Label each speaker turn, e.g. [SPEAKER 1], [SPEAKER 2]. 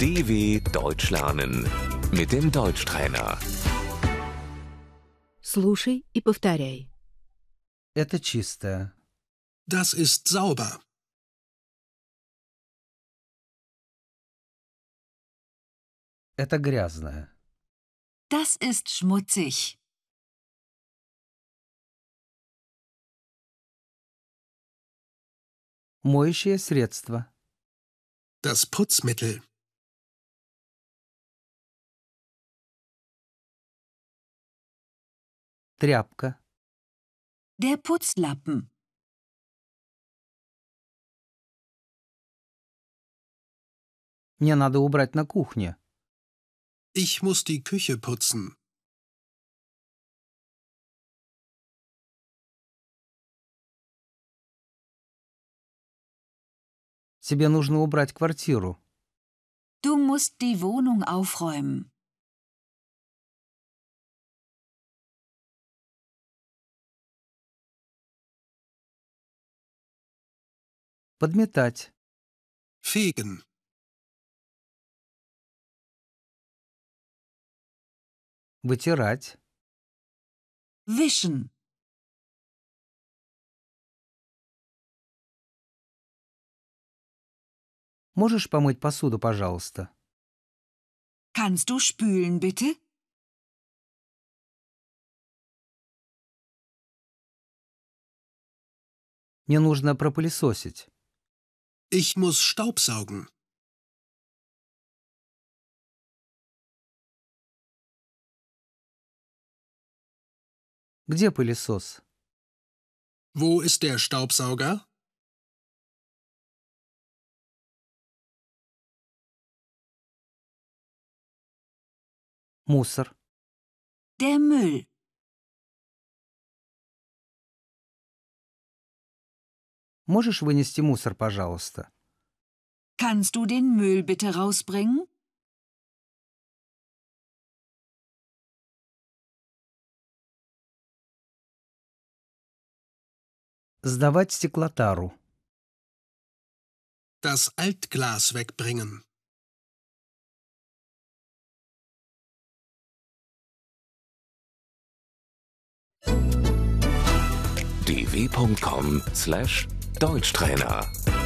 [SPEAKER 1] DW Deutsch lernen mit dem Deutschtrainer.
[SPEAKER 2] Слушай и повторяй.
[SPEAKER 3] Это чистое.
[SPEAKER 4] Das ist sauber.
[SPEAKER 3] Это грязное.
[SPEAKER 5] Das ist schmutzig.
[SPEAKER 3] Моющее средство.
[SPEAKER 4] Das Putzmittel.
[SPEAKER 3] Тряпка.
[SPEAKER 5] Der Putzlappen.
[SPEAKER 3] Мне надо убрать на кухне.
[SPEAKER 4] Ich muss die Küche putzen.
[SPEAKER 3] Тебе нужно убрать квартиру.
[SPEAKER 5] Du musst die Wohnung aufräumen.
[SPEAKER 3] Подметать.
[SPEAKER 4] Fegen.
[SPEAKER 3] Вытирать.
[SPEAKER 5] Wischen.
[SPEAKER 3] Можешь помыть посуду, пожалуйста?
[SPEAKER 5] Kannst du spülen bitte?
[SPEAKER 3] Мне нужно пропылесосить.
[SPEAKER 4] Ich muss Staubsaugen.
[SPEAKER 3] Где пылесос?
[SPEAKER 4] Wo ist der Staubsauger?
[SPEAKER 3] Мусор.
[SPEAKER 5] Der Müll.
[SPEAKER 3] Можешь вынести мусор, пожалуйста?
[SPEAKER 5] Kannst du den Müll bitte rausbringen?
[SPEAKER 3] Сдавать стеклотару.
[SPEAKER 4] Das Altglas wegbringen.
[SPEAKER 1] dw.com/deutschtrainer